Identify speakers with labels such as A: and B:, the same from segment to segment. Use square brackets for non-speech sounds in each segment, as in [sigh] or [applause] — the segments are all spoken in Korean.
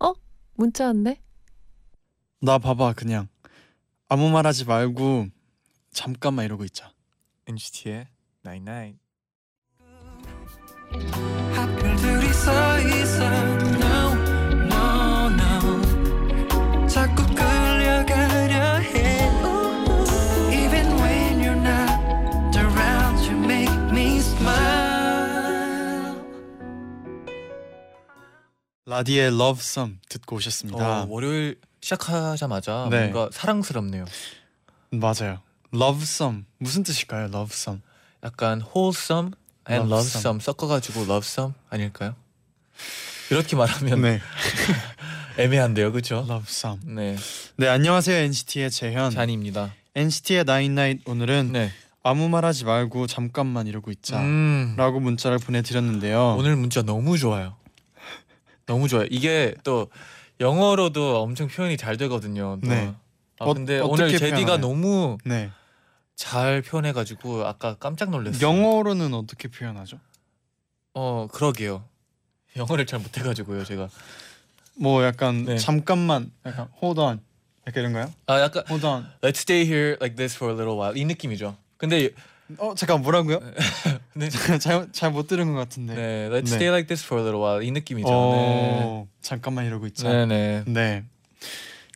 A: 어? 문자 왔네?
B: 나 봐봐 그냥 아무 말 하지 말고 잠깐만 이러고 있자
C: NCT의 Nine Nine.
D: 하필 둘이서 있어 No no no 자꾸 끌려가려 해 Even when you're not around you make me smile
B: 라디의 러브썸 듣고 오셨습니다
C: 어, 월요일 시작하자마자
B: 아. 네.
C: 뭔가 사랑스럽네요.
B: 맞아요 러브썸 무슨 뜻일까요 러브썸
C: 약간 wholesome and
B: Love
C: lovesome 섞어가지고 lovesome 아닐까요? 이렇게 말하면
B: 네
C: 애매한데요, 그렇죠?
B: 러브썸
C: 네,
B: 네 안녕하세요 NCT의 재현
C: 잔입니다.
B: NCT의 나인나잇 오늘은
C: 네,
B: 아무 말 하지 말고 잠깐만 이러고 있자 어.
C: 음,
B: 라고 문자를 보내드렸는데요
C: 오늘 문자 너무 좋아요. 너무 좋아요. 이게 또 영어로도 엄청 표현이 잘 되거든요. 또.
B: 네.
C: 아
B: 어-
C: 근데
B: 어떻게
C: 오늘 제디가
B: 표현하나요?
C: 너무
B: 네
C: 잘 표현해가지고 아까 깜짝 놀랐어요.
B: 영어로는 어떻게 표현하죠?
C: 어 그러게요. 영어를 잘 못해가지고요 제가.
B: 뭐 약간
C: 네.
B: 잠깐만 약간 hold on 약간 이런가요?
C: 아 약간
B: hold on
C: Let's stay here like this for a little while 이 느낌이죠. 근데
B: 어 잠깐 뭐라고요?
C: 네,
B: [laughs] 잘잘못 들은 것 같은데
C: [laughs] 네 Let's
B: 네.
C: stay like this for a little while 이 느낌이죠.
B: 어, 잠깐만 이러고 있죠.
C: 네.
B: 네.
C: 네네.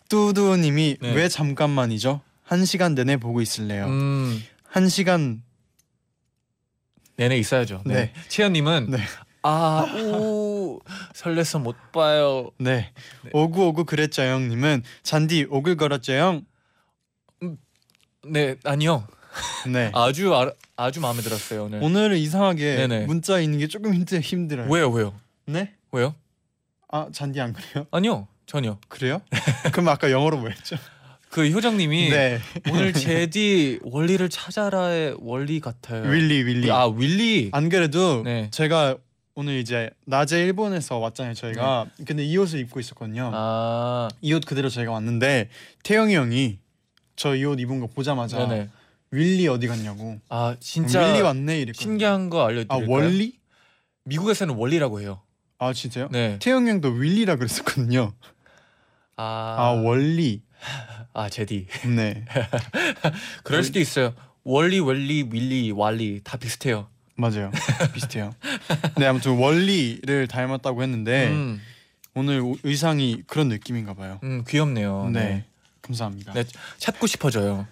B: 뚜두님이
C: 네.
B: 왜 잠깐만이죠? 한 시간 내내 보고 있을래요.
C: 음
B: 한 시간
C: 내내 있어야죠. 네. 채연님은
B: 네.
C: 아우 설레서 못 봐요.
B: 네.
C: 네.
B: 오구 오구 그랬죠 형님은 잔디 오글거렸죠 형.
C: 네 아니요.
B: 네.
C: 아주 아, 아주 마음에 들었어요 오늘.
B: 오늘은 이상하게
C: 네네.
B: 문자 있는 게 조금 힘들 힘들어요.
C: 왜요 왜요
B: 네?
C: 왜요?
B: 아 잔디 안 그래요? [laughs]
C: 아니요 전혀. [laughs]
B: 그래요? 그럼 아까 영어로 뭐 했죠?
C: 그 효정님이
B: 네.
C: 오늘 제디 원리를 찾아라의 원리 같아요.
B: 윌리 윌리.
C: 아 윌리.
B: 안 그래도
C: 네.
B: 제가 오늘 이제 낮에 일본에서 왔잖아요 저희가. 근데 이 옷을 입고 있었거든요.
C: 네. 아
B: 이 옷 그대로 저희가 왔는데 태영이 형이 저 이 옷 입은 거 보자마자
C: 네네.
B: 윌리 어디 갔냐고
C: 아 진짜
B: 윌리 왔네 이랬거든요
C: 신기한 거
B: 아
C: 알려드릴까요?
B: 원리?
C: 미국에서는 원리라고 해요.
B: 아 진짜요?
C: 네.
B: 태영이 형도 윌리라 그랬었거든요
C: 아,
B: 아, 원리
C: 아 제디. [laughs]
B: 네
C: 그럴 수도 있어요. 원리, 원리, 윌리, 왈리 다 비슷해요.
B: 맞아요 비슷해요 네 아무튼 원리를 닮았다고 했는데
C: 음,
B: 오늘 오- 의상이 그런 느낌인가 봐요
C: 음 귀엽네요.
B: 네.
C: 네.
B: 감사합니다
C: 네, 찾고 싶어져요.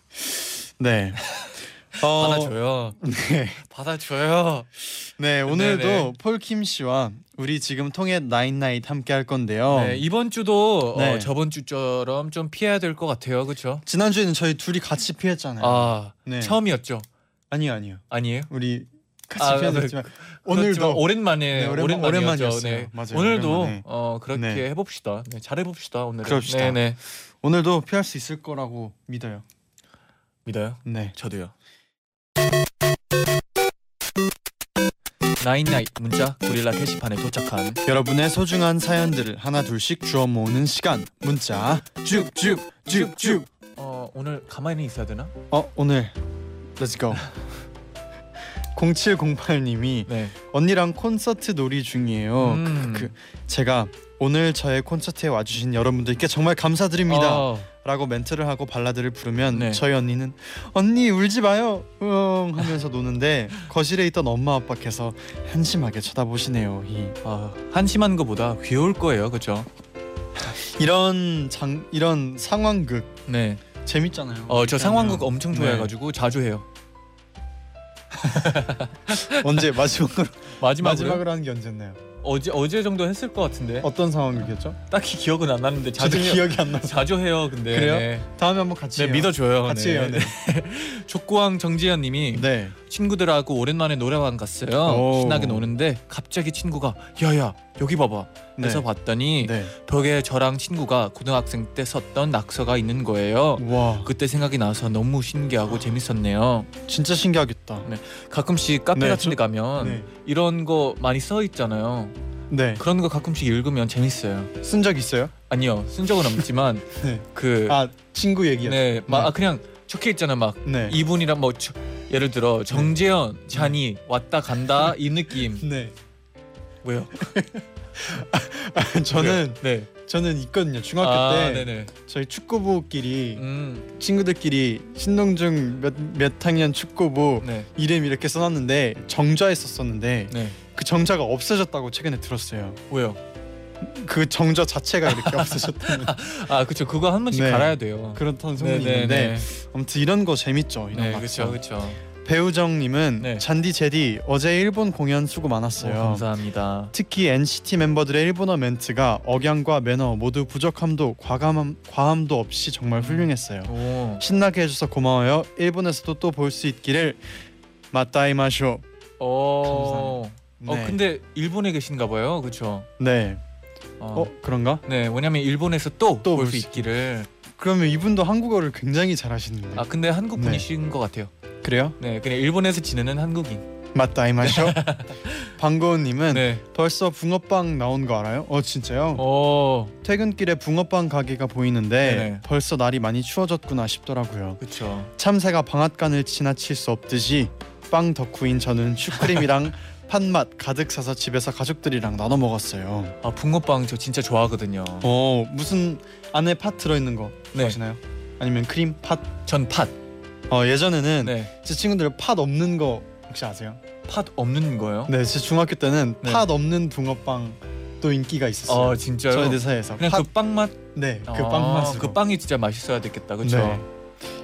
C: [laughs]
B: 네. 어,
C: 받아줘요.
B: 네.
C: 받아줘요.
B: 네 오늘도
C: 네네.
B: 폴킴 씨와 우리 지금 통해 나인나잇 함께 할 건데요
C: 네, 이번 주도 어,
B: 어. 네.
C: 저번 주처럼 좀 피해야 될 것 같아요. 그렇죠?
B: 지난주에는 저희 둘이 같이 피했잖아요
C: 아,
B: 네.
C: 처음이었죠.
B: 아니요 아니요
C: 아니에요?
B: 우리 같이
C: 아,
B: 피해드렸지만
C: 그렇지만
B: 오늘도
C: 오랜만에
B: 네, 오랜만-
C: 오랜만이었죠.
B: 오랜만이었어요.
C: 네.
B: 맞아요,
C: 오늘도
B: 오랜만에.
C: 어 그렇게
B: 네.
C: 해봅시다. 네, 잘해봅시다 오늘.
B: 그럽시다.
C: 네네
B: 오늘도 피할 수 있을 거라고 믿어요.
C: 믿어요.
B: 네.
C: 저도요. 나인나이 문자 고릴라 게시판에 도착한
B: 여러분의 소중한 사연들을 하나 둘씩 주워 모으는 시간. 문자 쭉쭉쭉쭉.
C: 어 오늘 가만히 있어야 되나?
B: 어 오늘 Let's go. [laughs] 0708님이
C: 네.
B: 언니랑 콘서트 놀이 중이에요.
C: 음.
B: 그, 제가 오늘 저의 콘서트에 와주신 여러분들께 정말 감사드립니다.
C: 어,
B: 라고 멘트를 하고 발라드를 부르면
C: 네.
B: 저희 언니는 언니 울지 마요 으엉 하면서 노는데 거실에 있던 엄마 아빠께서 한심하게 쳐다보시네요 이.
C: 아, 한심한 거보다 귀여울 거예요, 그렇죠?
B: 이런 장 이런 상황극
C: 네.
B: 재밌잖아요
C: 어 저 상황극
B: 그러면
C: 엄청
B: 네.
C: 좋아해가지고 자주 해요.
B: 언제 마지막으로
C: [laughs] 마지막으로
B: 마지막으로 하는 게 언제였나요
C: 어제 어제 정도 했을 것 같은데
B: 어떤 상황극이었죠
C: 딱히 기억은 안 나는데
B: 저도
C: 자주 해요.
B: 기억이 안 나서
C: 자주 해요, 근데
B: 그래요?
C: 네,
B: 다음에 한번 같이
C: 네
B: 해요.
C: 믿어줘요.
B: 같이 해요 네.
C: 족구왕 정지현님이
B: 네.
C: 친구들하고 오랜만에 노래방 갔어요.
B: 오.
C: 신나게 노는데 갑자기 친구가 야야 여기 봐봐. 그래서 봤더니
B: 네.
C: 벽에 저랑 친구가 고등학생 때 섰던 낙서가 있는 거예요.
B: 와
C: 그때 생각이 나서 너무 신기하고 재밌었네요.
B: 진짜 신기하겠다.
C: 네. 가끔씩 카페
B: 네,
C: 같은 데
B: 저-
C: 가면
B: 네.
C: 이런 거 많이 써 있잖아요.
B: 네.
C: 그런 거 가끔씩 읽으면 재밌어요.
B: 쓴 적 있어요?
C: 아니요. 쓴 적은 없지만
B: [laughs] 네.
C: 그
B: 아 친구 얘기요.
C: 네, 막
B: 네.
C: 아, 그냥 적혀 있잖아 막
B: 네.
C: 이분이랑 뭐 저- 예를 들어 정재현, 잔이 왔다 간다 이 느낌
B: 네. [laughs]
C: 왜요?
B: 저는
C: 네
B: 저는 있거든요. 중학교
C: 아,
B: 때
C: 네네
B: 저희 축구부끼리
C: 음네
B: 친구들끼리 신동중 몇 몇 학년 축구부 이름 이렇게 써놨는데 정자에 썼었는데
C: 네.
B: 그 정자가 없어졌다고 최근에 들었어요.
C: 왜요?
B: 그 정자 자체가
C: [laughs]
B: 이렇게 없어졌다는
C: 아 그쵸 그거 한 번씩
B: 네.
C: 갈아야 돼요.
B: 그렇다는 소문이
C: 네네네
B: 있는데
C: 네,
B: 아무튼 이런 거 재밌죠. 이런 거.
C: 그쵸 그쵸.
B: 배우정님은
C: 네.
B: 잔디 제디 어제 일본 공연 수고
C: 오,
B: 많았어요.
C: 감사합니다.
B: 특히 NCT 멤버들의 일본어 멘트가 억양과 매너 모두 부족함도 과감 과함도 없이 정말 훌륭했어요.
C: 오,
B: 신나게 해줘서 고마워요. 일본에서도 또 볼 수 있기를 마따이마쇼.
C: 어,
B: 네.
C: 어 근데 일본에 계신가 봐요, 그쵸?
B: 네.
C: 어,
B: 어 그런가?
C: 네, 왜냐면 일본에서 또 볼
B: 또
C: 수
B: 볼수
C: 있기를.
B: 그러면 이분도 한국어를 굉장히 잘하시는데.
C: 아 근데 한국
B: 네.
C: 분이신 것 같아요.
B: 그래요?
C: 네, 그냥 일본에서 지내는 한국인. [laughs]
B: 마따이마쇼. 방고은님은
C: 네,
B: 벌써 붕어빵 나온 거 알아요? 어 진짜요?
C: 어,
B: 퇴근길에 붕어빵 가게가 보이는데
C: 네네.
B: 벌써 날이 많이 추워졌구나 싶더라고요.
C: 그쵸.
B: 참새가 방앗간을 지나칠 수 없듯이 빵 덕후인
C: [laughs]
B: 저는 슈크림이랑 팥맛 가득 사서 집에서 가족들이랑 나눠 먹었어요.
C: 아 붕어빵 저 진짜 좋아하거든요.
B: 어 무슨 안에 팥 들어있는 거
C: 네,
B: 아시나요? 아니면 크림 팥?
C: 전 팥.
B: 어 예전에는
C: 네,
B: 제 친구들 팥 없는 거 혹시 아세요?
C: 팥 없는 거예요?
B: 네, 제 중학교 때는
C: 어? 네.
B: 팥 없는 붕어빵 또 인기가 있었어요.
C: 아 진짜요?
B: 네. 저희 대사에서
C: 그냥
B: 팥,
C: 그 빵 맛.
B: 네, 그
C: 아,
B: 빵맛으로.
C: 그 빵이 진짜 맛있어야 됐겠다, 그쵸?
B: 네.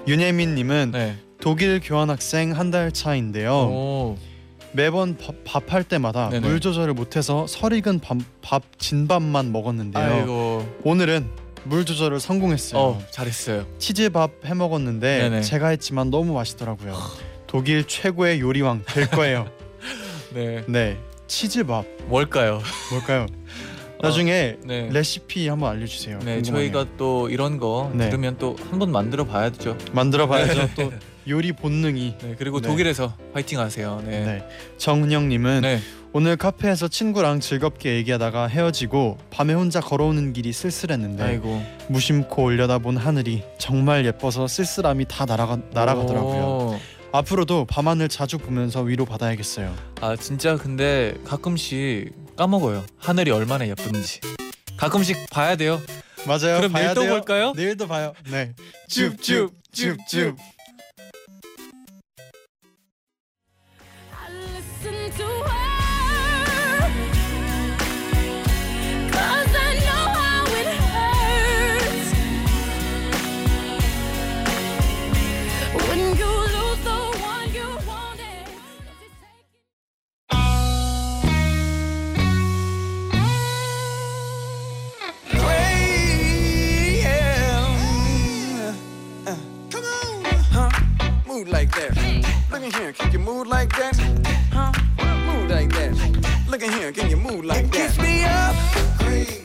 B: 윤예민님은
C: 네.
B: 독일 교환학생 한 달 차인데요.
C: 오,
B: 매번 밥 할 때마다
C: 네네.
B: 물 조절을 못해서 설익은 밥, 밥 진밥만 먹었는데요.
C: 아이고,
B: 오늘은 물 조절을 성공했어요.
C: 어 잘했어요.
B: 치즈밥 해 먹었는데
C: 네네.
B: 제가 했지만 너무 맛있더라고요. 독일 최고의 요리왕 될
C: [laughs]
B: 거예요.
C: 네,
B: 네, 치즈밥
C: 뭘까요?
B: 뭘까요? 나중에
C: 네.
B: 레시피 한번 알려주세요.
C: 네,
B: 궁금하네요.
C: 저희가 또 이런 거
B: 네.
C: 들으면 또 한 번 만들어 봐야죠.
B: 만들어봐야죠. 또 요리 본능이.
C: 네, 그리고
B: 네.
C: 독일에서 파이팅 하세요. 네. 네.
B: 네. 정은영님은 오늘 카페에서 친구랑 즐겁게 얘기하다가 헤어지고 밤에 혼자 걸어오는 길이 쓸쓸했는데
C: 아이고.
B: 무심코 올려다본 하늘이 정말 예뻐서 쓸쓸함이 다 날아가 날아가더라고요.
C: 오.
B: 앞으로도 밤하늘 자주 보면서 위로 받아야겠어요.
C: 아, 진짜 근데 가끔씩 까먹어요. 하늘이 얼마나 예쁜지. 가끔씩 봐야 돼요.
B: 맞아요.
C: 그럼
B: 봐야
C: 내일 또
B: 돼요.
C: 볼까요?
B: 내일 또 봐요. 네.
C: 줍줍줍줍.
E: I listen to her 'cause I know how it hurts when you lose the one you wanted. If it's taken-
F: Come on. Huh? Move like that. Look in here, can you move like that? Huh? Move like that. Look in here, can you move like that? Kiss me up.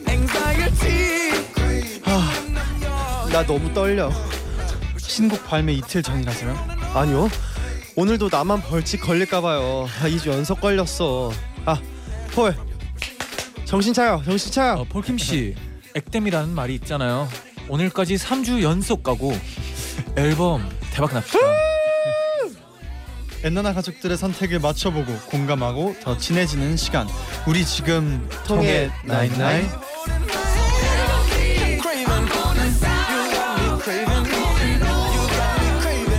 F: Anxiety.
B: 나 너무 떨려. 신곡 발매 이틀 전이라서요. 아니요. 오늘도 나만 벌칙 걸릴까 봐요. 아, 2주 연속 걸렸어. 아, 폴. 정신 차려. 정신 차려.
C: 어, 폴킴 씨. 액땜이라는 말이 있잖아요. 오늘까지 3주 연속 가고 앨범 대박 납시다.
B: 엔나나 가족들의 선택을 맞춰보고 공감하고 더 친해지는 시간. 우리 지금 통해 나인나인.
F: Craving. You got me craving. You got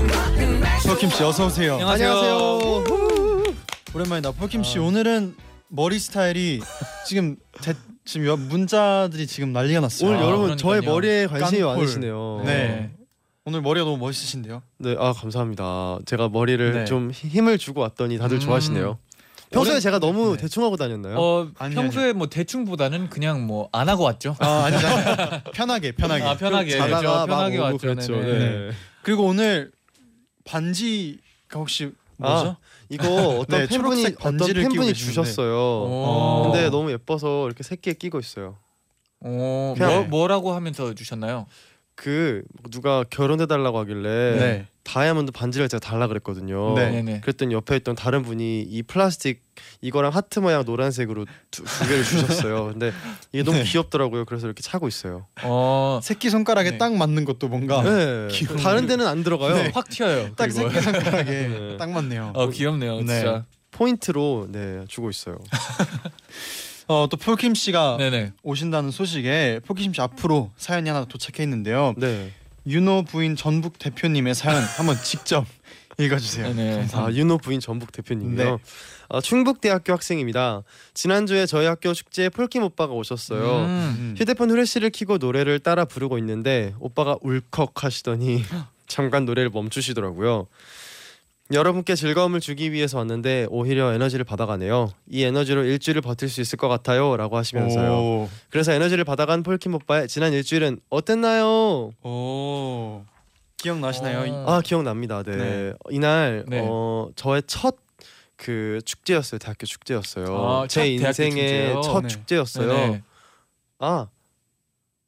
F: me craving.
B: 폴킴 씨 어서 오세요.
C: 안녕하세요. 아.
B: 후. 오랜만이다. 폴킴 씨 오늘은 머리 스타일이 지금 대, 지금 여- 문자들이 지금 난리가 났어요.
G: 오늘
C: 아,
G: 여러분 저의
C: 그러니까요.
G: 머리에 관심이
B: 깡콜.
G: 아, 많으시네요.
B: 네. 오늘 머리가 너무 멋있으신데요.
G: 네, 아 감사합니다. 제가 머리를
C: 네.
G: 좀 히- 힘을 주고 왔더니 다들
C: 음.
G: 좋아하시네요. 평소에
B: 오랜-
G: 제가 너무
B: 네.
G: 대충 하고 다녔나요?
C: 어,
B: 아니,
C: 평소에 뭐 대충보다는 그냥 뭐 안 하고 왔죠.
B: 아
C: [laughs]
B: 아니다. 편하게 편하게.
C: 아, 편하게.
B: 네,
G: 자다가
C: 그렇죠.
G: 막
C: 편하게
G: 오고 네.
C: 왔죠.
G: 그랬죠.
C: 네네.
G: 네.
B: 그리고 오늘 반지가 혹시
C: 뭐죠?
G: 아, 이거 어떤
B: 네,
G: 팬분이
B: 초록색
G: 어떤
B: 반지를 끼고
G: 팬분이
B: 계시는데.
G: 주셨어요.
C: 오.
G: 근데 너무 예뻐서 이렇게 새끼에 끼고 있어요.
C: 오, 뭐,
G: 그냥-
C: 뭐라고 하면서 주셨나요?
G: 그 누가 결혼해 달라고 하길래
B: 네.
G: 다이아몬드 반지를 제가 달라 그랬거든요.
B: 네.
C: 네네.
G: 그랬더니 옆에 있던 다른 분이 이 플라스틱 이거랑 하트 모양 노란색으로 두, 두 개를 주셨어요. 근데 이게 너무
B: 네.
G: 귀엽더라고요. 그래서 이렇게 차고 있어요.
C: 어,
B: 새끼 손가락에
C: 네.
B: 딱 맞는 것도 뭔가
G: 네.
B: 아, 귀여운
G: 다른 데는 안 들어가요.
B: 네.
C: 확 튀어요.
B: 딱
C: 그리고.
B: 새끼 손가락에
G: 네.
B: 딱 맞네요.
C: 어, 귀엽네요,
B: 네.
C: 진짜.
G: 포인트로 네 주고 있어요.
B: 어, 또 폴킴 씨가
C: 네네.
B: 오신다는 소식에 폴킴 씨 앞으로 사연이 하나 도착해 있는데요.
G: 네.
B: 윤호 부인 전북 대표님의 [laughs] 사연 한번 직접 읽어주세요.
C: 네네.
G: 아 윤호 부인 전북 대표님이요.
B: 네.
G: 아, 충북대학교 학생입니다. 지난주에 저희 학교 축제에 폴킴 오빠가 오셨어요.
C: 음.
B: 음.
G: 휴대폰 후레쉬를 켜고 노래를 따라 부르고 있는데 오빠가 울컥
C: [gasps]
G: 하시더니 잠깐 노래를 멈추시더라고요. 여러분께 즐거움을 주기 위해서 왔는데 오히려 에너지를 받아가네요. 이 에너지로 일주일을 버틸 수 있을 것 같아요라고 하시면서요.
B: 오.
G: 그래서 에너지를 받아간 폴킴 오빠의 지난 일주일은 어땠나요?
B: 오. 어. 기억나시나요? 이-
C: 아,
G: 아 기억납니다. 네,
B: 네.
G: 이날
C: 네.
G: 어, 저의 첫 그 축제였어요. 대학교 축제였어요.
C: 아,
G: 제
C: 첫 대학교
G: 인생의
C: 축제요?
G: 첫
B: 네.
G: 축제였어요.
C: 네네. 어,
G: 아,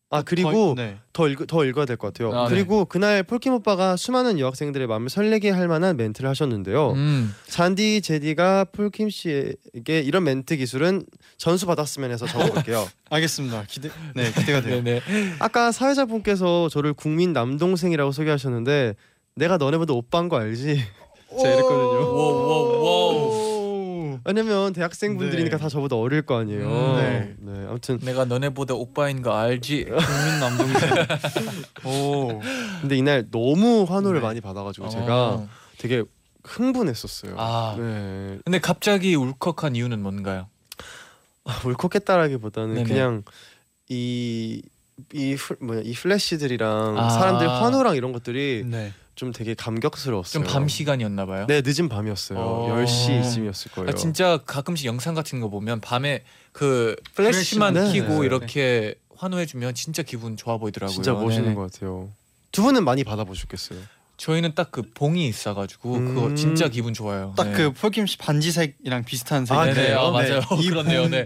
G: 아 그리고
B: 네.
G: 더, 읽, 더 읽어야 될 것 같아요.
C: 아, 네.
G: 그리고 그날 폴킴 오빠가 수많은 여학생들의 마음을 설레게 할 만한 멘트를 하셨는데요.
C: 음.
G: 잔디 제디가 폴킴 씨에게 이런 멘트 기술은 전수 받았으면
C: [laughs]
G: 해서 적어볼게요.
B: 알겠습니다. 기대. 네, 기대가 돼요.
C: 네네.
G: 아까 사회자분께서 저를 국민 남동생이라고 소개하셨는데 내가 너네보다 오빠인 거 알지? [laughs]
B: 네.
G: 제가 이랬거든요.
C: 워워워.
B: 오.
G: 왜냐면 대학생분들이니까
B: 네.
G: 다 저보다 어릴 거 아니에요.
C: 음,
G: 네. 아무튼
C: 내가 너네보다 오빠인 거 알지?
B: 국민 남동생. 오.
G: 근데 이날 너무 환호를
B: 네.
G: 많이 받아가지고
C: 어.
G: 제가 되게 흥분했었어요.
C: 아.
G: 네.
C: 근데 갑자기 울컥한 이유는 뭔가요?
G: 아, 울컥했다라기보다는
C: 네네.
G: 그냥 이 이 뭐냐 이 플래시들이랑
C: 아.
G: 사람들 환호랑 이런 것들이
B: 네.
G: 좀 되게 감격스러웠어요.
C: 좀 밤 시간이었나 봐요.
G: 예. 네 늦은 밤이었어요.
C: 어.
G: 10시쯤이었을 거예요.
C: 아, 진짜 가끔씩 영상 같은 거 보면 밤에 그 플래시만
G: 플래시, 네,
C: 켜고
G: 네, 네.
C: 이렇게 환호해 주면 진짜 기분 좋아 보이더라고요.
G: 진짜 멋있는
C: 네네.
G: 것 같아요. 두 분은 많이 받아보셨겠어요.
C: 저희는 딱 그 봉이 있어 가지고 그거
G: 음.
C: 진짜 기분 좋아요.
B: 딱 그 폴킴 씨 반지색이랑 비슷한 색.
G: 아,
C: 네. 네네.
G: 그래요?
C: 네. 아,
G: 네.
C: 맞아요.
B: 이
C: 그렇네요.
B: 분-
C: 네.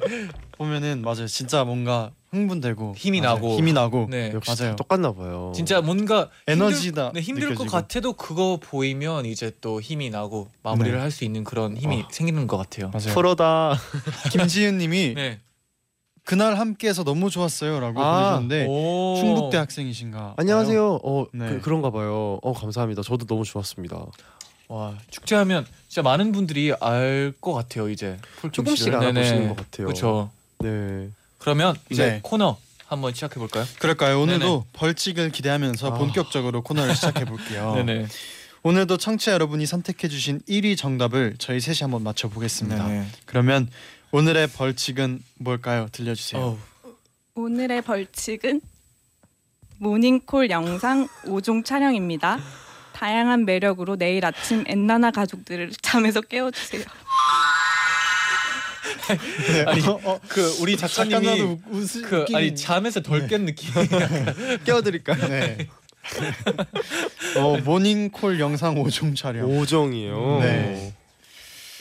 B: 보면은 맞아요. 진짜 뭔가 흥분되고
C: 힘이
B: 맞아요.
C: 나고.
B: 힘이 나고.
C: 네.
G: 역시
B: 맞아요.
G: 다 똑같나 봐요.
C: 진짜 뭔가
B: 에너지다
C: 힘들, 네, 힘들 것
B: 느껴지고.
C: 같아도 그거 보이면 이제 또 힘이 나고 마무리를
B: 네.
C: 할 수 있는 그런 힘이 생기는 것 같아요.
B: 맞아요.
G: 프로다.
B: 김지은님이
C: 네.
B: 그날 함께해서 너무 좋았어요라고
G: 아.
B: 보내주셨는데
C: 오.
B: 네. 충북 대학생이신가? 봐요.
G: 안녕하세요. 어
B: 네.
G: 그, 런가 봐요. 어 감사합니다. 저도 너무 좋았습니다.
C: 와 축제하면 진짜 많은 분들이 알 것 같아요 이제
G: 조금씩
C: 네네.
G: 알아보시는 것 같아요.
C: 그렇죠.
G: 네.
C: 그러면 이제
B: 네.
C: 코너 한번 시작해 볼까요?
B: 그럴까요? 오늘도 벌칙을 기대하면서
G: 아.
B: 본격적으로 코너를 시작해
G: 어.
B: 볼게요.
C: [laughs] 네네.
B: 오늘도 청취자 여러분이 선택해 주신 1위 정답을 저희 셋이 한번 맞춰 보겠습니다.
C: 네네.
B: 그러면 오늘의 벌칙은 뭘까요? 들려주세요.
C: 어우,
H: 오늘의 벌칙은 모닝콜 영상 5종 촬영입니다. 다양한 매력으로 내일 아침 엔나나 가족들을 잠에서 깨워주세요.
C: 아니,
B: [laughs] 어, 어,
C: 그 우리
B: 잠깐
C: 작가님이
B: 나도 웃으-
C: 그
B: 웃기긴-
C: 아니 잠에서
G: 네.
C: 덜 깬
G: [laughs]
C: 느낌.
G: 깨워드릴까요?
B: 네. [laughs] 어 모닝콜 영상 5종
C: 네.
B: 촬영
G: 오정이요.
B: 네.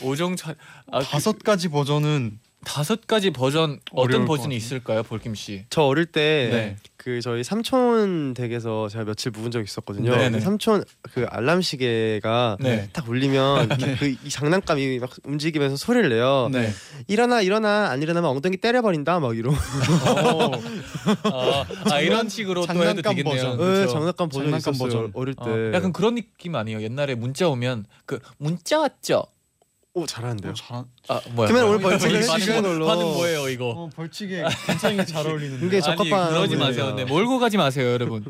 C: 오정 차 아, 그
B: 다섯 가지 버전은
C: 다섯 가지 버전
B: 어려울
C: 어떤
B: 것 같은데.
C: 버전이 있을까요, 볼킴 씨?
G: 저 어릴 때
C: 네.
G: 그 저희 삼촌 댁에서 제가 며칠 묵은 적 있었거든요.
C: 네네.
G: 근데 삼촌 그 알람 시계가
C: [laughs] 네.
G: 딱 울리면 그이 장난감이 막 움직이면서 소리를 내요.
B: 네.
G: 일어나 일어나 안 일어나면 엉덩이 때려버린다 막 이러고
C: 아, 아 이런 식으로 또 해도
B: 장난감
C: 되겠네요.
B: 버전.
G: 네,
C: 그렇죠.
G: 장난감 네. 버전
B: 장난감
G: 있었어요.
B: 버전.
G: 어릴 때.
C: 어, 약간 그런 느낌 아니에요. 옛날에 문자 오면 그 문자 왔죠.
G: 오뭐 잘하는데요.
B: 잘,
C: 아 뭐야?
G: 그러면
C: 뭐야.
G: 오늘 벌칙을
C: 이거 반응
G: 해주시는
C: 뭐-
G: 걸로.
C: 반응 뭐예요 이거?
B: 어 벌칙에 굉장히 잘 어울리는데.
G: 이게
C: 아니
G: 적합한
C: 그러지
G: 분이에요.
C: 마세요. 네, 몰고 가지 마세요, 여러분.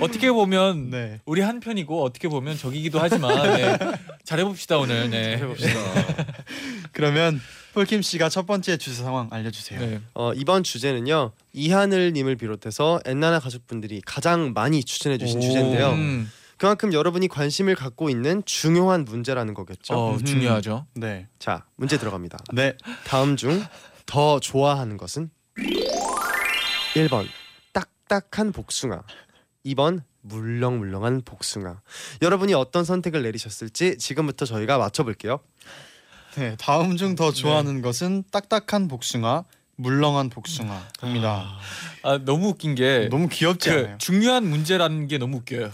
C: 어떻게 보면
B: 네.
C: 우리 한 편이고 어떻게 보면 적이기도 하지만 네. 잘해봅시다 오늘. 네.
B: 그러면 폴킴 씨가 첫 번째 주제 상황 알려주세요.
C: 네.
G: [laughs] 어, 이번 주제는요 이하늘님을 비롯해서 엔나나 가족분들이 가장 많이 추천해 주신 주제인데요.
C: 음,
G: 그만큼 여러분이 관심을 갖고 있는 중요한 문제라는 거겠죠.
C: 어
B: 음.
C: 중요하죠.
B: 네.
G: 자 문제 들어갑니다.
B: 네.
G: 다음 중 더 좋아하는 것은 1번 딱딱한 복숭아 2번 물렁물렁한 복숭아. 여러분이 어떤 선택을 내리셨을지 지금부터 저희가 맞춰볼게요.
B: 네, 다음 중 더 좋아하는 것은 딱딱한 복숭아, 물렁한 복숭아입니다. 네.
C: 아 너무 웃긴 게
B: 너무 귀엽지
C: 그
B: 않아요?
C: 중요한 문제라는 게 너무 웃겨요.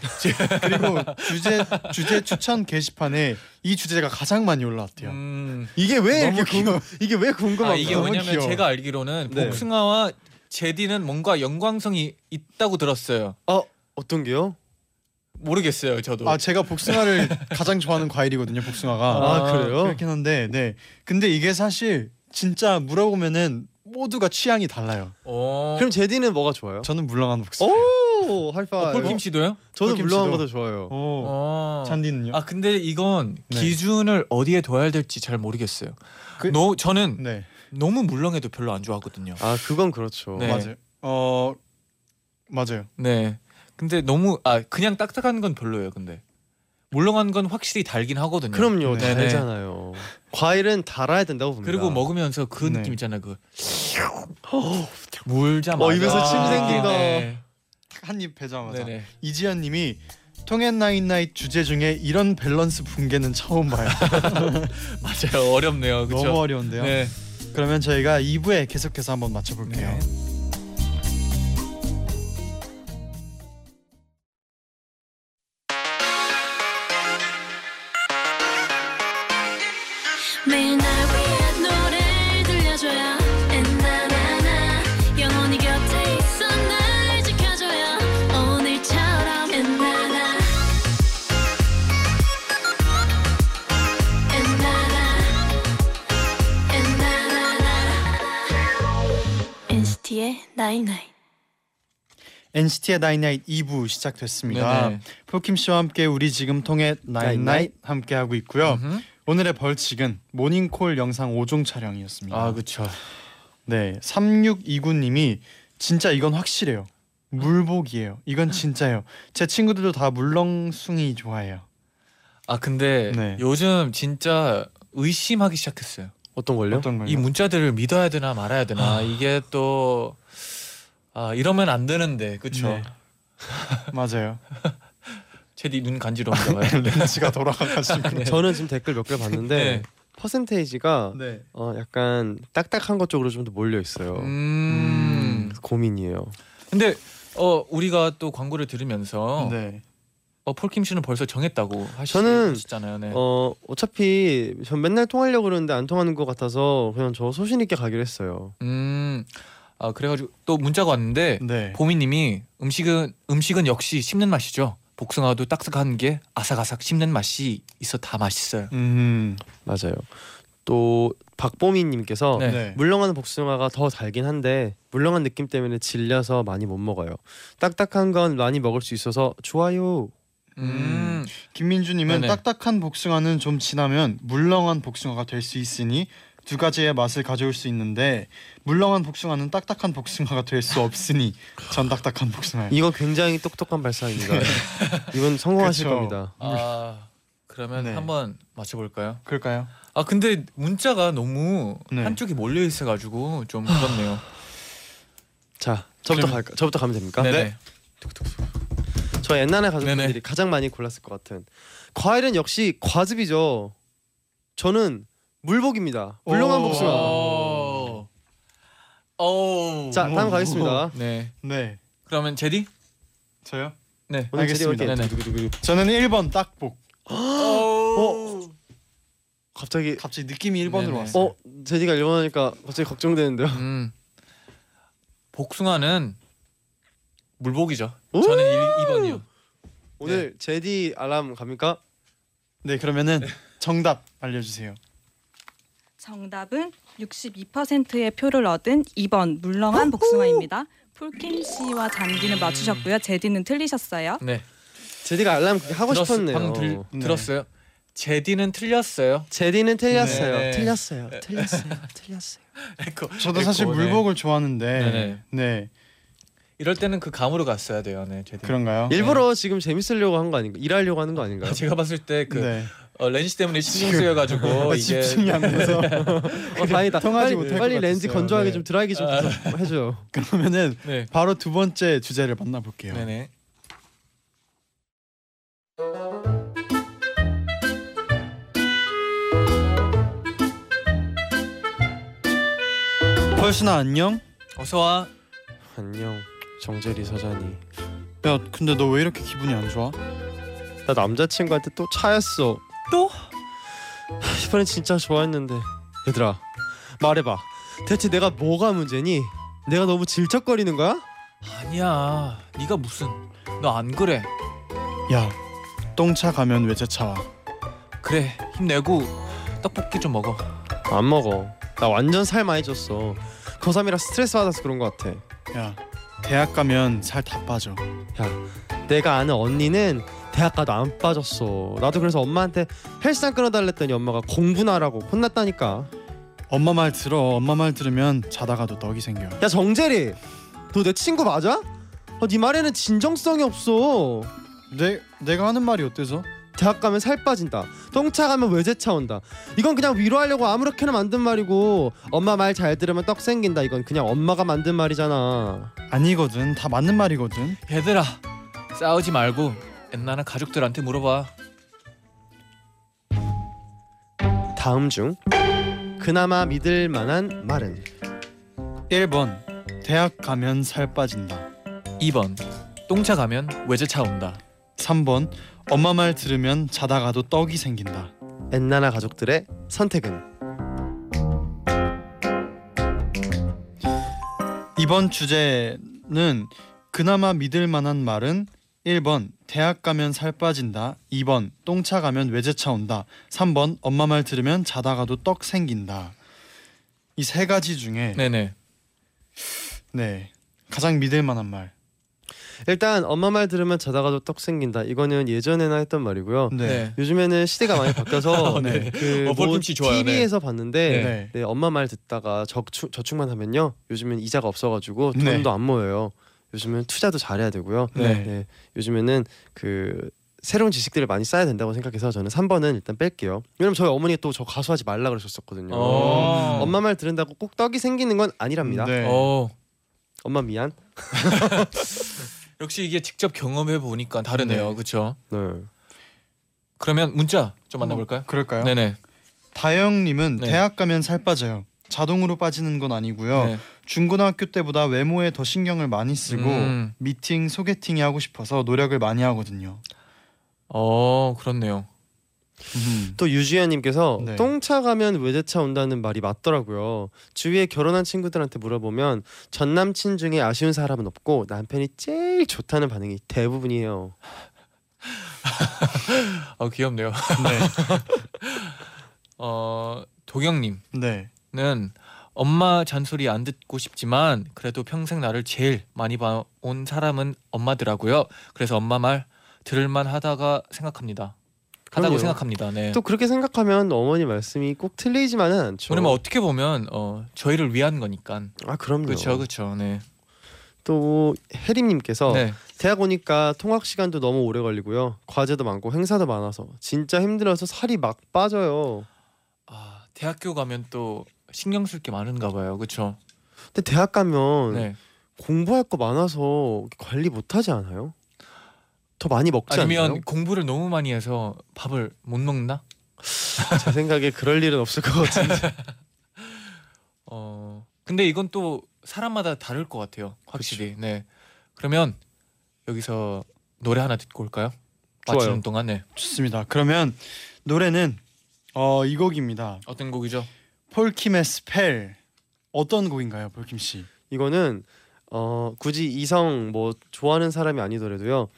B: 그리고 주제 주제 추천 게시판에 이 주제가 가장 많이 올라왔대요.
C: 음,
B: 이게 왜
C: 너무
B: 이렇게 귀여워?
G: 이게 왜
C: 아
G: 궁금합니까?
C: 이게
B: 너무
C: 뭐냐면
B: 귀여워.
C: 제가 알기로는
G: 네.
C: 복숭아와 제디는 뭔가 연관성이 있다고 들었어요.
G: 어 어떤 게요?
C: 모르겠어요, 저도.
B: 아
C: [laughs]
B: 제가 복숭아를 가장 좋아하는 과일이거든요. 복숭아가
G: 아, 그래요?
B: 그렇긴 한데 네. 근데 이게 사실 진짜 물어보면은 모두가 취향이 달라요.
C: 어.
G: 그럼 제디는 뭐가 좋아요?
B: 저는 물렁한 복숭아.
G: 오
C: 어,
G: 하이파이.
C: 폴킴씨도요?
G: 저는
B: 폴킴
G: 물렁한
B: 씨도.
G: 것도 좋아해요.
B: 오.
C: 어.
B: 찬디는요?
C: 아 근데 이건
B: 네.
C: 기준을 어디에 둬야 될지 잘 모르겠어요.
B: 그-
C: 노 저는
B: 네.
C: 너무 물렁해도 별로 안 좋아하거든요.
G: 아 그건 그렇죠.
C: 네.
B: 맞아요. 어 맞아요.
C: 네. 근데 너무 아 그냥 딱딱한 건 별로예요. 근데 물렁한 건 확실히 달긴 하거든요.
G: 그럼요
B: 네.
G: 달잖아요. 과일은 달아야 된다고 봅니다.
C: 그리고 먹으면서 그
B: 네.
C: 느낌 있잖아요. 그 물자마자
G: 어, 입에서 침
C: 아,
G: 생긴다.
C: 네.
B: 한입 베자마자
C: 네네.
B: 이지연님이 통앤나잇나잇 주제 중에 이런 밸런스 붕괴는 처음 봐요.
C: 맞아요. 어렵네요. [laughs] 그렇죠.
B: 너무 어려운데요.
C: 네.
B: 그러면 저희가 2부에 계속해서 한번 맞춰볼게요.
C: 네.
E: 매일 날 위한 노래를 들려줘요 엔나나나 영원히 곁에 있어 날 지켜줘요 오늘처럼 엔나나 엔나나 엔나나나 NCT의 나잇나잇
B: NCT의 나잇나잇 2부 시작됐습니다.
C: 네네.
B: 폴킴 씨와 함께 우리 지금 통해 나잇나잇 함께 하고 있고요.
C: 음흠.
B: 오늘의 벌칙은 모닝콜 영상 5종 촬영이었습니다.
C: 아 그렇죠.
B: 네, 3629님이 진짜 이건 확실해요. 물복이에요. 이건 진짜예요. 제 친구들도 다 물렁숭이 좋아해요.
C: 아 근데
B: 네.
C: 요즘 진짜 의심하기 시작했어요.
G: 어떤 걸요?
B: 어떤 걸요?
C: 이 문자들을 믿어야 되나 말아야 되나 이게 또 아, 이러면 안 되는데 그렇죠. [laughs]
B: 네. 맞아요.
C: 제디 눈 간지러운가 봐요.
B: 렌즈가 돌아가가지고.
G: 저는 지금 댓글 몇 개 봤는데
C: 네.
G: 퍼센테이지가
B: [laughs] 네.
G: 어, 약간 딱딱한 것 쪽으로 좀 더 몰려 있어요.
C: 음.
G: 고민이에요.
C: 근데 어 우리가 또 광고를 들으면서
B: 네.
C: 어 폴킴 씨는 벌써 정했다고 하시-
G: 저는-
C: 하시잖아요. 네.
G: 어 어차피 전 맨날 통하려고 그러는데 안 통하는 것 같아서 그냥 저 소신 있게 가기로 했어요.
C: 음. 아 그래가지고 또 문자가 왔는데
B: 네.
C: 보미님이 음식은 음식은 역시 씹는 맛이죠. 복숭아도 딱딱한 게 아삭아삭 씹는 맛이 있어 다 맛있어요.
B: 음.
G: 맞아요. 또 박보미님께서
C: 네.
G: 물렁한 복숭아가 더 달긴 한데 물렁한 느낌 때문에 질려서 많이 못 먹어요. 딱딱한 건 많이 먹을 수 있어서 좋아요.
C: 음.
B: 김민주님은
C: 네네.
B: 딱딱한 복숭아는 좀 지나면 물렁한 복숭아가 될 수 있으니 두 가지의 맛을 가져올 수 있는데 물렁한 복숭아는 딱딱한 복숭아가 될 수 없으니 전 딱딱한 복숭아예요.
G: 이거 굉장히 똑똑한 발상입니다. 이건 성공하실
B: 그쵸.
G: 겁니다.
C: 아 그러면
B: 네.
C: 한번 맞춰볼까요?
B: 그럴까요?
C: 아 근데 문자가 너무
B: 네.
C: 한쪽이 몰려 있어가지고 좀 그렇네요.
G: 자, 저부터
C: 그럼-
G: 갈까? 저부터 가면 됩니까?
C: 네네.
G: 저 옛날에 가족분들이
C: 네네.
G: 가장 많이 골랐을 것 같은 과일은 역시 과즙이죠. 저는 물복입니다. 물렁한
B: 오.
G: 복숭아.
C: 오. 오.
G: 자, 다음 가겠습니다.
C: 네.
B: 네.
C: 그러면 제디?
B: 저요?
C: 네.
G: 오늘 제리
B: 알겠습니다.
G: 올게.
C: 네네.
B: 저는 1번 딱복. 어?
C: 오.
G: 갑자기
B: 갑자기 느낌이 1번으로
C: 네네.
B: 왔어요.
G: 어 제니가 일어나니까 갑자기 걱정되는데요.
C: 음. 복숭아는 물복이죠.
G: 오.
C: 저는 네. 1, 2번이요.
G: 오늘 제디 알람 갑니까?
B: 네, 그러면은 정답 알려 주세요.
H: 정답은 62%의 표를 얻은 2번 물렁한 복숭아입니다. 폴킴 씨와 잔디는 맞추셨고요. 제디는 틀리셨어요.
C: 네.
G: 제디가 알람 그렇게 하고
C: 들었-
G: 싶었네요.
C: 방금 들,
B: 네.
C: 들었어요. 제디는 틀렸어요.
G: 제디는 틀렸어요.
C: 네.
G: 틀렸어요. 틀렸어요. 틀렸어요.
C: 에코,
B: 저도 사실
C: 에코, 네.
B: 물복을 좋아하는데
C: 네네.
B: 네.
C: 이럴 때는 그 감으로 갔어야 돼요. 네, 제디.
B: 그런가요?
G: 일부러 지금 재밌으려고 한 거 아닌가? 일하려고 하는 거 아닌가요?
C: 제가 봤을 때 그
B: 네. 아,
C: 어, 렌즈 때문에 신경 쓰여가지고 이게
B: 집중이 안
C: [laughs]
B: 돼서
G: 어, 다행이다.
B: 통하지
G: 빨리,
B: 못할 것
G: 빨리 렌즈
B: 같았어요.
G: 건조하게
B: 네.
G: 좀 드라이기 좀 해줘요.
B: 그러면은
C: 네.
B: 바로 두 번째 주제를 만나볼게요.
C: 네네.
B: 펄순아 안녕?
C: 어서 와.
G: 안녕 정재리 서자니
B: 야 근데 너 왜 이렇게 기분이 안 좋아?
G: 나 남자친구한테 또 차였어
C: 또?
G: 하, 이번엔 진짜 좋아했는데 얘들아 말해봐 대체 내가 뭐가 문제니? 내가 너무 질척거리는 거야?
C: 아니야. 네가 무슨? 너 안 그래.
B: 야 똥차 가면 외제차 와
C: 그래. 힘내고 떡볶이 좀 먹어.
G: 안 먹어 나 완전 살 많이 쪘어 고3이라 스트레스 받아서 그런 것 같아
B: 야 대학 가면 살 다 빠져
G: 내가 아는 언니는 대학 가도 안 빠졌어 나도 그래서 엄마한테 헬스장 끊어달랬더니 엄마가 공부나 하라고 혼났다니까
B: 엄마 말 들어 엄마 말 들으면 자다가도 넋이 생겨
G: 야 정재리 너 내 친구 맞아? 어, 네 말에는 진정성이 없어
B: 내, 내가 하는 말이 어때서?
G: 대학 가면 살 빠진다 똥차 가면 외제차 온다 이건 그냥 위로하려고 아무렇게나 만든 말이고 엄마 말 잘 들으면 떡 생긴다 이건 그냥 엄마가 만든 말이잖아
B: 아니거든 다 맞는 말이거든
C: 얘들아 싸우지 말고 옛날에 가족들한테 물어봐.
G: 다음 중 그나마 믿을 만한 말은
B: 1번 대학 가면 살 빠진다
C: 2번 똥차 가면 외제차 온다.
B: 3번 엄마 말 들으면 자다가도 떡이 생긴다
G: 엔나나 가족들의 선택은
B: 이번 주제는 그나마 믿을 만한 말은 1번 대학 가면 살 빠진다 2번 똥차 가면 외제차 온다 3번 엄마 말 들으면 자다가도 떡 생긴다 이 세 가지 중에 네.
C: 네네.
B: 가장 믿을 만한 말
G: 일단 엄마 말 들으면 자다가도 떡 생긴다 이거는 예전에나 했던 말이고요
B: 네.
G: 요즘에는 시대가 많이 바뀌어서
C: [laughs] 어, 네.
G: 그
C: 어, 볼김치 좋아요, 네.
G: TV에서 봤는데
B: 네.
G: 네, 엄마 말 듣다가 저축 저축만 하면요. 요즘엔 이자가 없어가지고 돈도
B: 네.
G: 안 모여요. 요즘은 투자도 잘해야 되고요.
B: 네.
G: 네, 요즘에는 그 새로운 지식들을 많이 쌓아야 된다고 생각해서 저는 3번은 일단 뺄게요. 왜냐면 저희 어머니 또 저 가수하지 말라 그러셨었거든요.
C: 어.
G: 엄마 말 들은다고 꼭 떡이 생기는 건 아니랍니다.
B: 네.
C: 어.
G: 엄마 미안.
C: 역시 이게 직접 경험해 보니까 다르네요.
B: 네.
C: 그렇죠?
G: 네.
C: 그러면 문자
B: 어.
C: 좀 만나볼까요?
B: 그럴까요?
C: 네네.
B: 다영님은
C: 네.
B: 대학 가면 살 빠져요. 자동으로 빠지는 건 아니고요.
C: 네.
B: 중고등학교 때보다 외모에 더 신경을 많이 쓰고
C: 음.
B: 미팅, 소개팅이 하고 싶어서 노력을 많이 하거든요.
C: 어 그렇네요.
B: 음.
G: 또 유지현님께서
B: 네.
G: 똥차 가면 외제차 온다는 말이 맞더라고요. 주위에 결혼한 친구들한테 물어보면 전 남친 중에 아쉬운 사람은 없고 남편이 제일 좋다는 반응이 대부분이에요.
C: 어 귀엽네요.
B: 네.
C: [laughs] 어 도경님은
B: 네.
C: 엄마 잔소리 안 듣고 싶지만 그래도 평생 나를 제일 많이 봐온 사람은 엄마더라고요. 그래서 엄마 말 들을만 하다가 생각합니다. 하다고
G: 그럼요.
C: 생각합니다. 네.
G: 또 그렇게 생각하면 어머니 말씀이 꼭 틀리지만은 않죠.
C: 왜냐면 어떻게 보면 어, 저희를 위한 거니까.
G: 아 그럼요.
C: 그렇죠, 그렇죠. 네.
G: 또 해림님께서
C: 네.
G: 대학 오니까 통학 시간도 너무 오래 걸리고요. 과제도 많고 행사도 많아서 진짜 힘들어서 살이 막 빠져요.
C: 아 대학교 가면 또 신경 쓸 게 많은가 봐요. 그렇죠.
G: 근데 대학 가면
C: 네.
G: 공부할 거 많아서 관리 못하지 않아요? 더 많이 먹지
C: 아니면
G: 않나요?
C: 공부를 너무 많이 해서 밥을 못 먹나?
G: 제 생각에 그럴 일은 없을 것
B: [laughs]
G: 같은데
C: 어 근데 이건 또 사람마다 다를 것 같아요 확실히 네 그러면 여기서 노래 하나 듣고 올까요?
G: 좋아요.
C: 맞추는 동안에
B: 좋습니다. 그러면 노래는 어, 이 곡입니다.
C: 어떤 곡이죠?
B: 폴킴의 스펠. 어떤 곡인가요, 폴킴 씨?
G: 이거는 어 굳이 이성 뭐 좋아하는 사람이 아니더라도요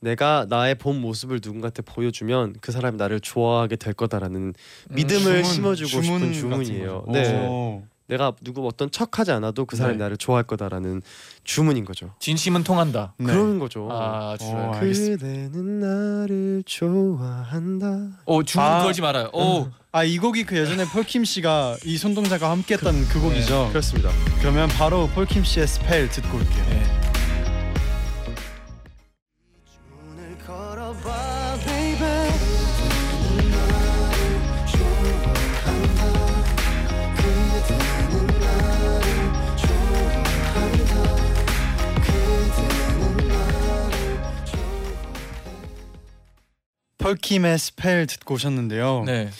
G: 내가 나의 본 모습을 누군가한테 보여주면 그 사람이 나를 좋아하게 될 거다라는 믿음을
B: 주문,
G: 심어주고
B: 주문
G: 싶은
B: 같은
G: 주문이에요
B: 거죠.
G: 네
B: 오.
G: 내가 누구 어떤 척하지 않아도 그 사람이
B: 네.
G: 나를 좋아할 거다라는 주문인 거죠
C: 진심은 통한다.
B: 네.
G: 그런 거죠
C: 아 좋아요.
B: 어, 알겠습니다.
G: 그대는 나를 좋아한다
C: 오 중국
B: 아.
C: 어, 걸지 말아요. 음. 오
B: 아, 이 곡이 그 예전에 폴킴 씨가 이 손동자가 함께 했던 그 곡이죠.
G: 네, 그렇습니다
B: 그러면 바로 폴킴 씨의 스펠 듣고 올게요.
C: 네.
B: 펄킴의 스펠 듣고 오셨는데요.
C: 네.
G: 네.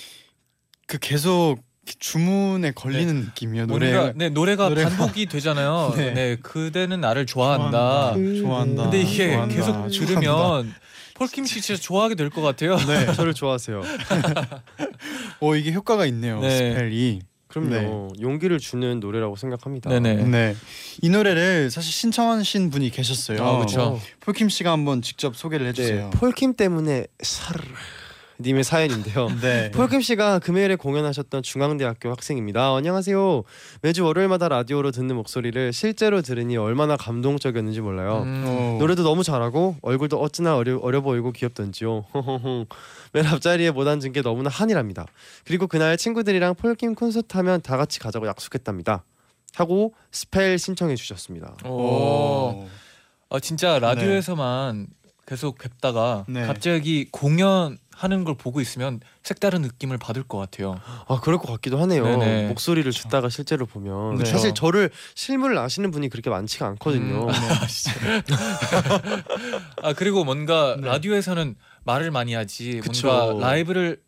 B: 그 계속 이렇게 주문에 걸리는 느낌이에요
C: 노래가
B: 노래가
C: 네 노래가,
B: 노래가-
C: 반복이 되잖아요. [laughs] 네.
B: 네.
C: 그대는 나를 좋아한다.
B: 좋아한다
C: 근데 이게
B: 좋아한다,
C: 계속
B: 좋아한다.
C: 들으면 폴킴 씨 진짜 좋아하게 될 것 같아요.
B: 네.
G: 저를 좋아하세요.
B: 어 이게 효과가 있네요
C: 네.
B: 스펠이
G: 그럼요. 용기를 주는 노래라고 생각합니다.
C: 네네.
B: 네. 이 노래를 사실 신청하신 분이 계셨어요.
C: 아 그렇죠.
B: 폴킴 씨가 한번 직접 소개를
G: 네,
B: 해주세요.
G: 폴킴 때문에 사르 님의 사연인데요.
B: [laughs] 네.
G: 폴킴 씨가 금요일에 공연하셨던 중앙대학교 학생입니다. 안녕하세요. 매주 월요일마다 라디오로 듣는 목소리를 실제로 들으니 얼마나 감동적이었는지
C: 네.
G: 몰라요.
C: 음.
B: 어,
G: 노래도 너무 잘하고 얼굴도 어찌나 어려, 어려 보이고 귀엽던지요. 맨 앞자리에 못 앉은 게 너무나 한이랍니다. 그리고 그날 친구들이랑 폴킴 콘서트 하면 다 같이 가자고 약속했답니다. 하고 스펠 신청해
B: 어,
G: 주셨습니다.
C: 오. 아 진짜 라디오에서만
G: 네.
C: 계속 뵙다가
B: 네.
C: 갑자기 공연 하는 걸 보고 있으면 색다른 느낌을 받을 것 같아요.
G: 아 그럴 것 같기도 하네요.
C: 네네.
G: 목소리를 듣다가 실제로 보면 네.
C: 그쵸.
G: 사실 저를 실물 아시는 분이 그렇게 많지가 않거든요. 네.
C: 음, 아 그리고 뭔가 라디오에서는 말을 많이 하지
G: 네. 그쵸.
C: 뭔가 라이브를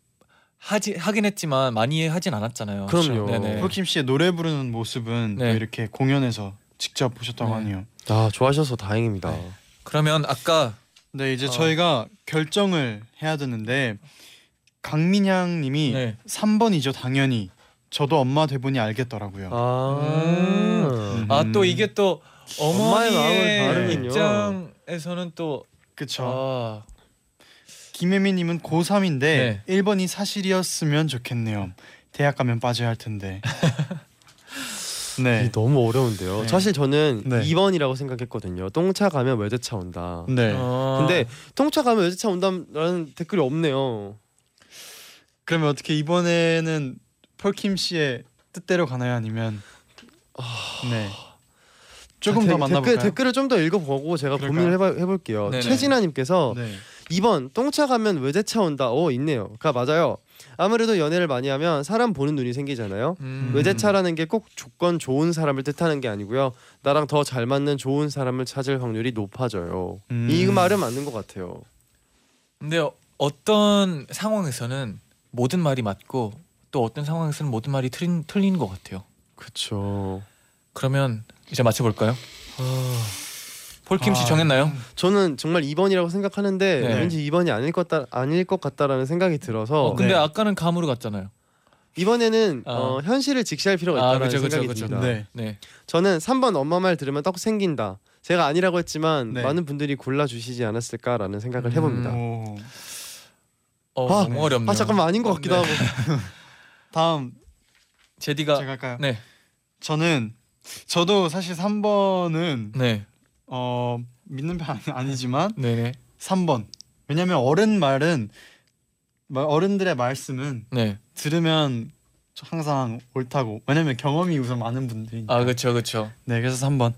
C: 하지 하긴 했지만 많이 하진 않았잖아요. 그렇죠.
G: 그럼요.
C: 네네.
B: 폴킴 씨의 노래 부르는 모습은
C: 네.
B: 또 이렇게 공연에서 직접 보셨다고
C: 네.
B: 하네요.
G: 아 좋아하셔서 다행입니다.
C: 그러면 아까
B: 네, 이제
C: 어.
B: 저희가 결정을 해야 되는데 강민향
G: 음.
B: 님이
C: 네.
B: 3번이죠, 당연히. 저도 엄마 돼 보니 알겠더라고요.
G: 아,
B: 음.
C: 아 또 이게 또
G: 엄마의 마음을
C: 어머니의
G: 다르군요.
C: 입장에서는 또
B: 그쵸.
C: 아,
B: 김혜미 님은 고3인데
G: 네.
B: 1번이 사실이었으면 좋겠네요. 대학 가면 빠져야 할
G: [laughs]
B: 텐데.
G: 이게
B: 네.
G: 너무 어려운데요.
B: 네.
G: 사실 저는
B: 네.
G: 2번이라고 생각했거든요. 똥차 가면 외제차 온다.
B: 네.
C: 아.
G: 근데 똥차 가면 외제차 온다라는 댓글이 없네요.
B: 그러면 어떻게 이번에는 폴킴 씨의 뜻대로 가나요? 아니면 네 조금
G: 자,
B: 더
G: 데-
B: 만나볼까요?
G: 아, 댓글, 댓글을 좀 더 읽어보고 제가
B: 그럴까요?
G: 고민을 해봐, 해볼게요.
C: 네네.
G: 최진아님께서
B: 네.
G: 2번 똥차 가면 외제차 온다. 오 있네요. 가 맞아요. 아무래도 연애를 많이 하면 사람 보는 눈이 생기잖아요.
C: 음.
G: 외제차라는 게 꼭 조건 좋은 사람을 뜻하는 게 아니고요. 나랑 더 잘 맞는 좋은 사람을 찾을 확률이 높아져요.
B: 음.
G: 이 말은 맞는 것 같아요.
C: 근데 어- 어떤 상황에서는 모든 말이 맞고 또 어떤 상황에서는 모든 말이 틀린 틀린 것 같아요.
G: 그렇죠.
C: 그러면 이제 맞춰볼까요? 폴킴
G: 아.
C: 씨 정했나요?
G: 저는 정말 2번이라고 생각하는데
C: 네.
G: 왠지 2번이 아닐 것 같다 아닐 것 같다라는 생각이 들어서
C: 어, 근데
B: 네.
C: 아까는 감으로 갔잖아요.
G: 이번에는
C: 아.
G: 어, 현실을 직시할 필요가
C: 아,
G: 있다는
C: 그쵸, 그쵸,
G: 생각이
C: 그쵸.
G: 듭니다.
B: 네.
C: 네.
G: 저는 3번 엄마 말 들으면 떡 생긴다. 제가 아니라고 했지만
B: 네.
G: 많은 분들이 골라 주시지 않았을까라는 생각을
C: 음.
G: 해봅니다.
B: 오.
C: 어,
G: 아,
C: 너무 어렵네요.
G: 아 잠깐만 아닌 것 같기도
C: 네.
G: 하고.
B: 다음
C: [laughs] 제디가
B: 제가 할까요?
C: 네,
B: 저는 저도 사실 3번은
C: 네,
B: 어 믿는 편 아니지만
C: 네, 네,
B: 3번 왜냐면 어른 말은 말- 어른들의 말씀은
C: 네.
B: 들으면 항상 옳다고 왜냐면 경험이 우선 많은 분들이니까
C: 아 그렇죠, 그렇죠.
B: 네 그래서 3번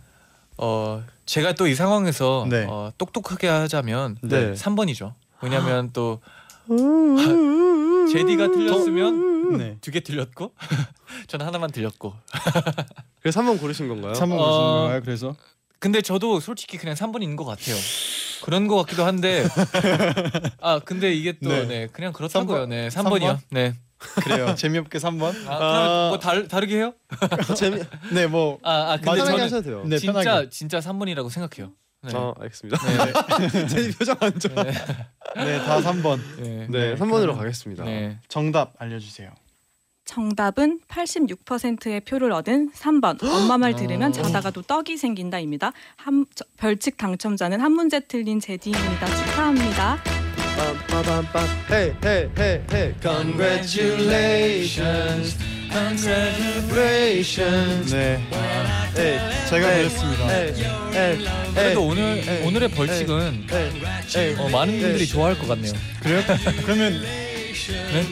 C: 어 제가 또 이 상황에서
B: 네.
C: 어, 똑똑하게 하자면
G: 네. 음.
C: 3번이죠. 왜냐면 또 아, 제디가 틀렸으면
B: 네.
C: 두 개 틀렸고 [laughs] 저는 하나만 틀렸고.
G: 그래서 3번 고르신 건가요?
B: 3번
C: 어.
B: 무슨 건가요? 그래서
C: 근데 저도 솔직히 그냥 3번인 것 같아요. 그런 것 같기도 한데 아 근데 이게 또 네.
B: 네.
C: 그냥 그렇다고요. 네, 3번이요.
B: 3번?
C: 네.
B: [laughs] 그래요. 재미없게 3번.
C: 아, 그러면 뭐 다르, 다르게 해요?
G: 재미
B: 네, 뭐
C: 아, 아 근데
B: 맞아요.
G: 편하게
C: 저는
G: 하셔도 돼요.
B: 네,
C: 진짜
B: 편하게.
C: 진짜 3번이라고 생각해요. 네.
G: 어 알겠습니다.
C: 네.
G: 제 표정 안 좋아.
B: 네, 다 3번.
C: 네.
G: 네,
B: 네,
G: 3번으로 가겠습니다.
C: 네.
B: 정답 알려 주세요.
H: 정답은 86%의 표를 얻은 3번. 엄마 말 들으면 자다가도 떡이 생긴다입니다. 한, 저- 별칙 당첨자는 한 문제 틀린 제디입니다. 축하합니다.
G: 빰빠밤빰. Hey hey hey hey. Congratulations. Congratulations.
B: 네.
G: Hey.
B: 제가
G: 네.
B: 드렸습니다.
G: Hey, hey,
C: 아, 그래도
G: hey,
C: 오늘
G: 네.
C: 오늘의 벌칙은
G: hey, hey.
C: 어, 많은 분들이
G: 네.
C: 좋아할 것 같네요.
B: 그래요? 그러면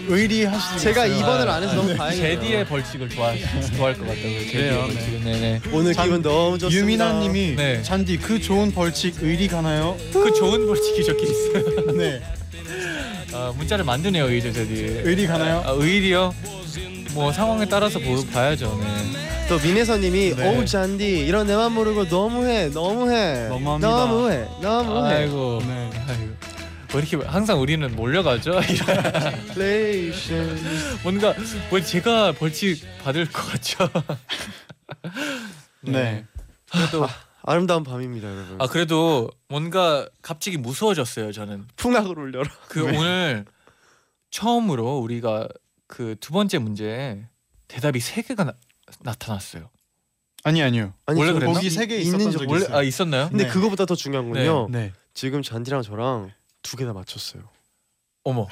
B: 의리하시는
G: 제가
B: 이
G: 2번을 안 해서 너무 다행이에요.
C: 네. 제디의 벌칙을 좋아 좋아할 것 같다고. 제디의
B: 그래요, 네.
C: 벌칙은 네네.
G: 오늘
B: 참-
G: 기분 너무 좋습니다.
B: 유민아 님이
C: 네.
B: 잔디 그 좋은 벌칙 의리 가나요?
C: 그 좋은 벌칙이 적혀 있어요.
B: 네.
C: 아, 문자를 만드네요, 의리 제디.
B: 의리 가나요?
C: 아, 의리요? 뭐 상황에 따라서 보, 봐야죠. 네.
G: 또 민혜선님이
B: 네.
G: 어우 잔디 이런 내맘 모르고 너무해 너무해
B: 너무합니다.
G: 너무해 너무해
C: 아이고. 뭐
B: 네.
C: 아이고. 왜 이렇게 항상 우리는 몰려가죠? [laughs] 이런
I: 플레이션
C: 뭔가 왜 제가 벌칙 받을 것 같죠?
B: 네.
C: 그래도
G: 아름다운 밤입니다, 여러분.
C: 아 그래도 뭔가 갑자기 무서워졌어요 저는.
G: 풍악을 울려라.
C: 그 오늘 처음으로 우리가 그 두 번째 문제 대답이 세 개가 나, 나타났어요.
B: 아니 아니요.
G: 아니,
C: 원래
G: 저
C: 그랬나?
G: 거기
B: 세개
G: 있는
B: 있었던
G: 적
B: 적이
C: 원래
B: 있어요.
C: 아 있었나요?
G: 근데
B: 네.
G: 그거보다 더 중요한 건요.
B: 네.
G: 지금 잔디랑 저랑 두 개
C: [laughs]
G: 다 맞췄어요.
C: 어머,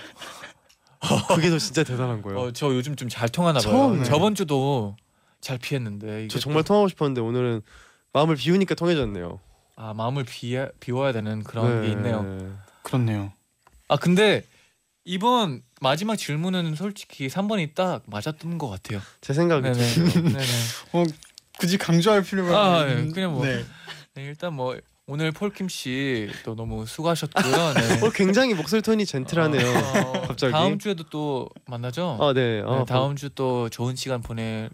G: 그게 더 진짜 대단한 거예요.
C: 어, 저 요즘 좀 잘 통하나 봐요.
B: 처음에.
C: 저번 주도 잘 피했는데 이게
G: 저 정말
C: 또-
G: 통하고 싶었는데 오늘은 마음을 비우니까 통해졌네요.
C: 아 마음을 비 비워야 되는 그런 게 있네요.
B: 그렇네요.
C: 아 근데 이번 마지막 질문은 솔직히 3번이 딱 맞았던 것 같아요.
G: 제 생각에
C: 네네.
G: [laughs]
C: [laughs] 네네.
B: 굳이 강조할 필요가
C: 아, 예,
B: 없는-
C: 그냥 뭐. 네, 일단 뭐 오늘 폴킴 씨 또 너무 수고하셨고요. 네.
G: 오늘 어, 굉장히 목소리 톤이 젠틀하네요.
C: 어, 어,
G: 갑자기.
C: 다음 주에도 또 만나죠.
G: 아 네. 아,
C: 네, 다음 주 또 좋은 시간 보낼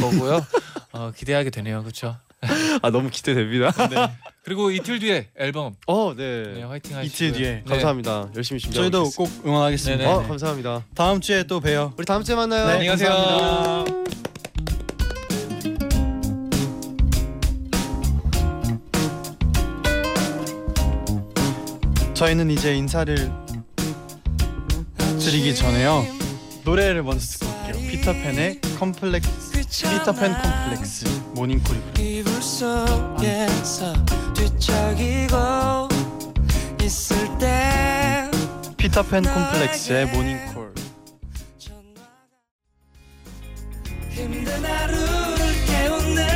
C: 거고요. 어, 기대하게 되네요, 그렇죠?
G: 아
C: [laughs]
G: 너무 기대됩니다.
C: 그리고 이틀 뒤에 앨범
G: 어
C: 네,
G: 네.
C: 화이팅 하시고요.
B: 이틀 뒤에.
C: 네.
G: 감사합니다. 열심히 준비하고
B: 저희도
G: 있겠습니다.
B: 꼭 응원하겠습니다.
C: 네네.
G: 어 감사합니다.
B: 다음 주에 또 봬요.
G: 우리 다음 주에 만나요.
B: 네,
C: 안녕히 가세요.
B: 감사합니다. 저희는 이제 인사를 드리기 전에요 노래를 먼저 듣고 올게요 피터팬의 컴플렉스 피터팬 컴플렉스 모닝콜이 부릅니다.
D: 이불 속에서 뒤척이고 있을 때
B: 피터팬 컴플렉스의 모닝콜
D: 힘든 하루를 깨우는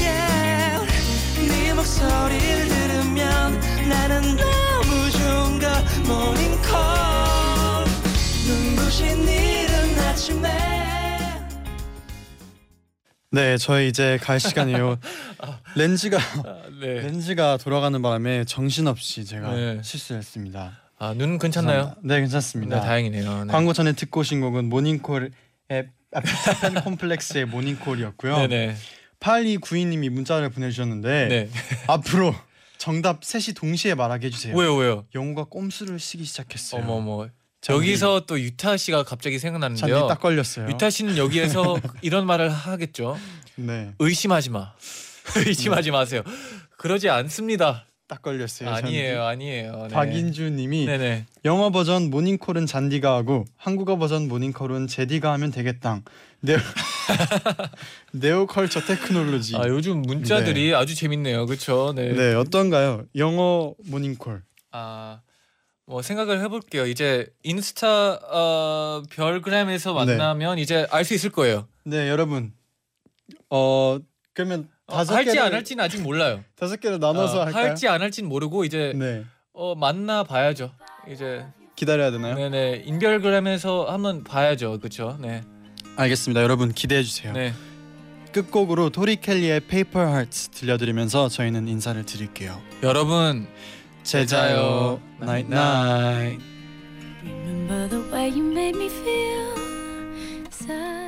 D: yeah. 네 목소리를 들으면 나는 너무 좋은 걸 모닝콜 눈부신 이른 아침에
B: 네 저희 이제
C: [laughs]
B: 갈 시간이에요 렌즈가
C: 아, 네.
B: 렌즈가 돌아가는 바람에 정신없이 제가
C: 네.
B: 실수했습니다
C: 아, 눈 괜찮나요?
B: 네
C: 네,
B: 괜찮습니다
C: 다행이네요. 네.
B: 광고 전에 듣고 오신 곡은 모닝콜의 아, 피터팬 [laughs] 콤플렉스의 모닝콜이었고요.
C: 네네.
B: 8292님이 문자를 보내주셨는데
C: 네.
B: 앞으로 정답 셋이 동시에 말하게 해주세요.
C: 왜요, 왜요?
B: 영우가 꼼수를 시기 시작했어요.
C: 어머 어머.
B: 잔디.
C: 여기서 또 유타 씨가 갑자기
B: 잔디
C: 생각나는데요.
B: 딱 걸렸어요.
C: 유타 씨는 [laughs] 여기에서 이런 말을 하겠죠.
B: 네,
C: 의심하지 마. [laughs] 음. 의심하지 마세요. 그러지 않습니다.
B: 딱
C: 네,
B: 걸렸어요.
C: 아니에요, 아니에요. 네.
B: 잔디. 박인주님이
C: 네네.
B: 영어 버전 모닝콜은 잔디가 하고 한국어 버전 모닝콜은 제디가 하면 되겠당. 네오 [laughs] 네오컬처 테크놀로지.
C: 아 요즘 문자들이 아주 재밌네요, 그렇죠? 네.
B: 네 어떤가요? 영어 모닝콜.
C: 아뭐 생각을 해볼게요. 이제 인스타 어, 별그램에서 만나면 이제 알 수 있을 거예요.
B: 네 여러분 어 그러면
C: 어,
B: 다섯
C: 할지
B: 개를
C: 안 할지는 아직 몰라요.
B: 다섯 개를 나눠서
C: 어,
B: 할까요?
C: 할지 안 할지는 모르고 이제
B: 네
C: 어, 만나 봐야죠. 이제
B: 기다려야 되나요?
C: 네네 인별그램에서 한번 봐야죠, 그렇죠? 네.
B: 알겠습니다 여러분 기대해 주세요.
C: 네.
B: 끝곡으로 토리 켈리의 Paper Hearts 들려드리면서 저희는 인사를 드릴게요.
C: 여러분
B: 제자요 나잇 나잇
E: Remember the way you made me feel. Sad.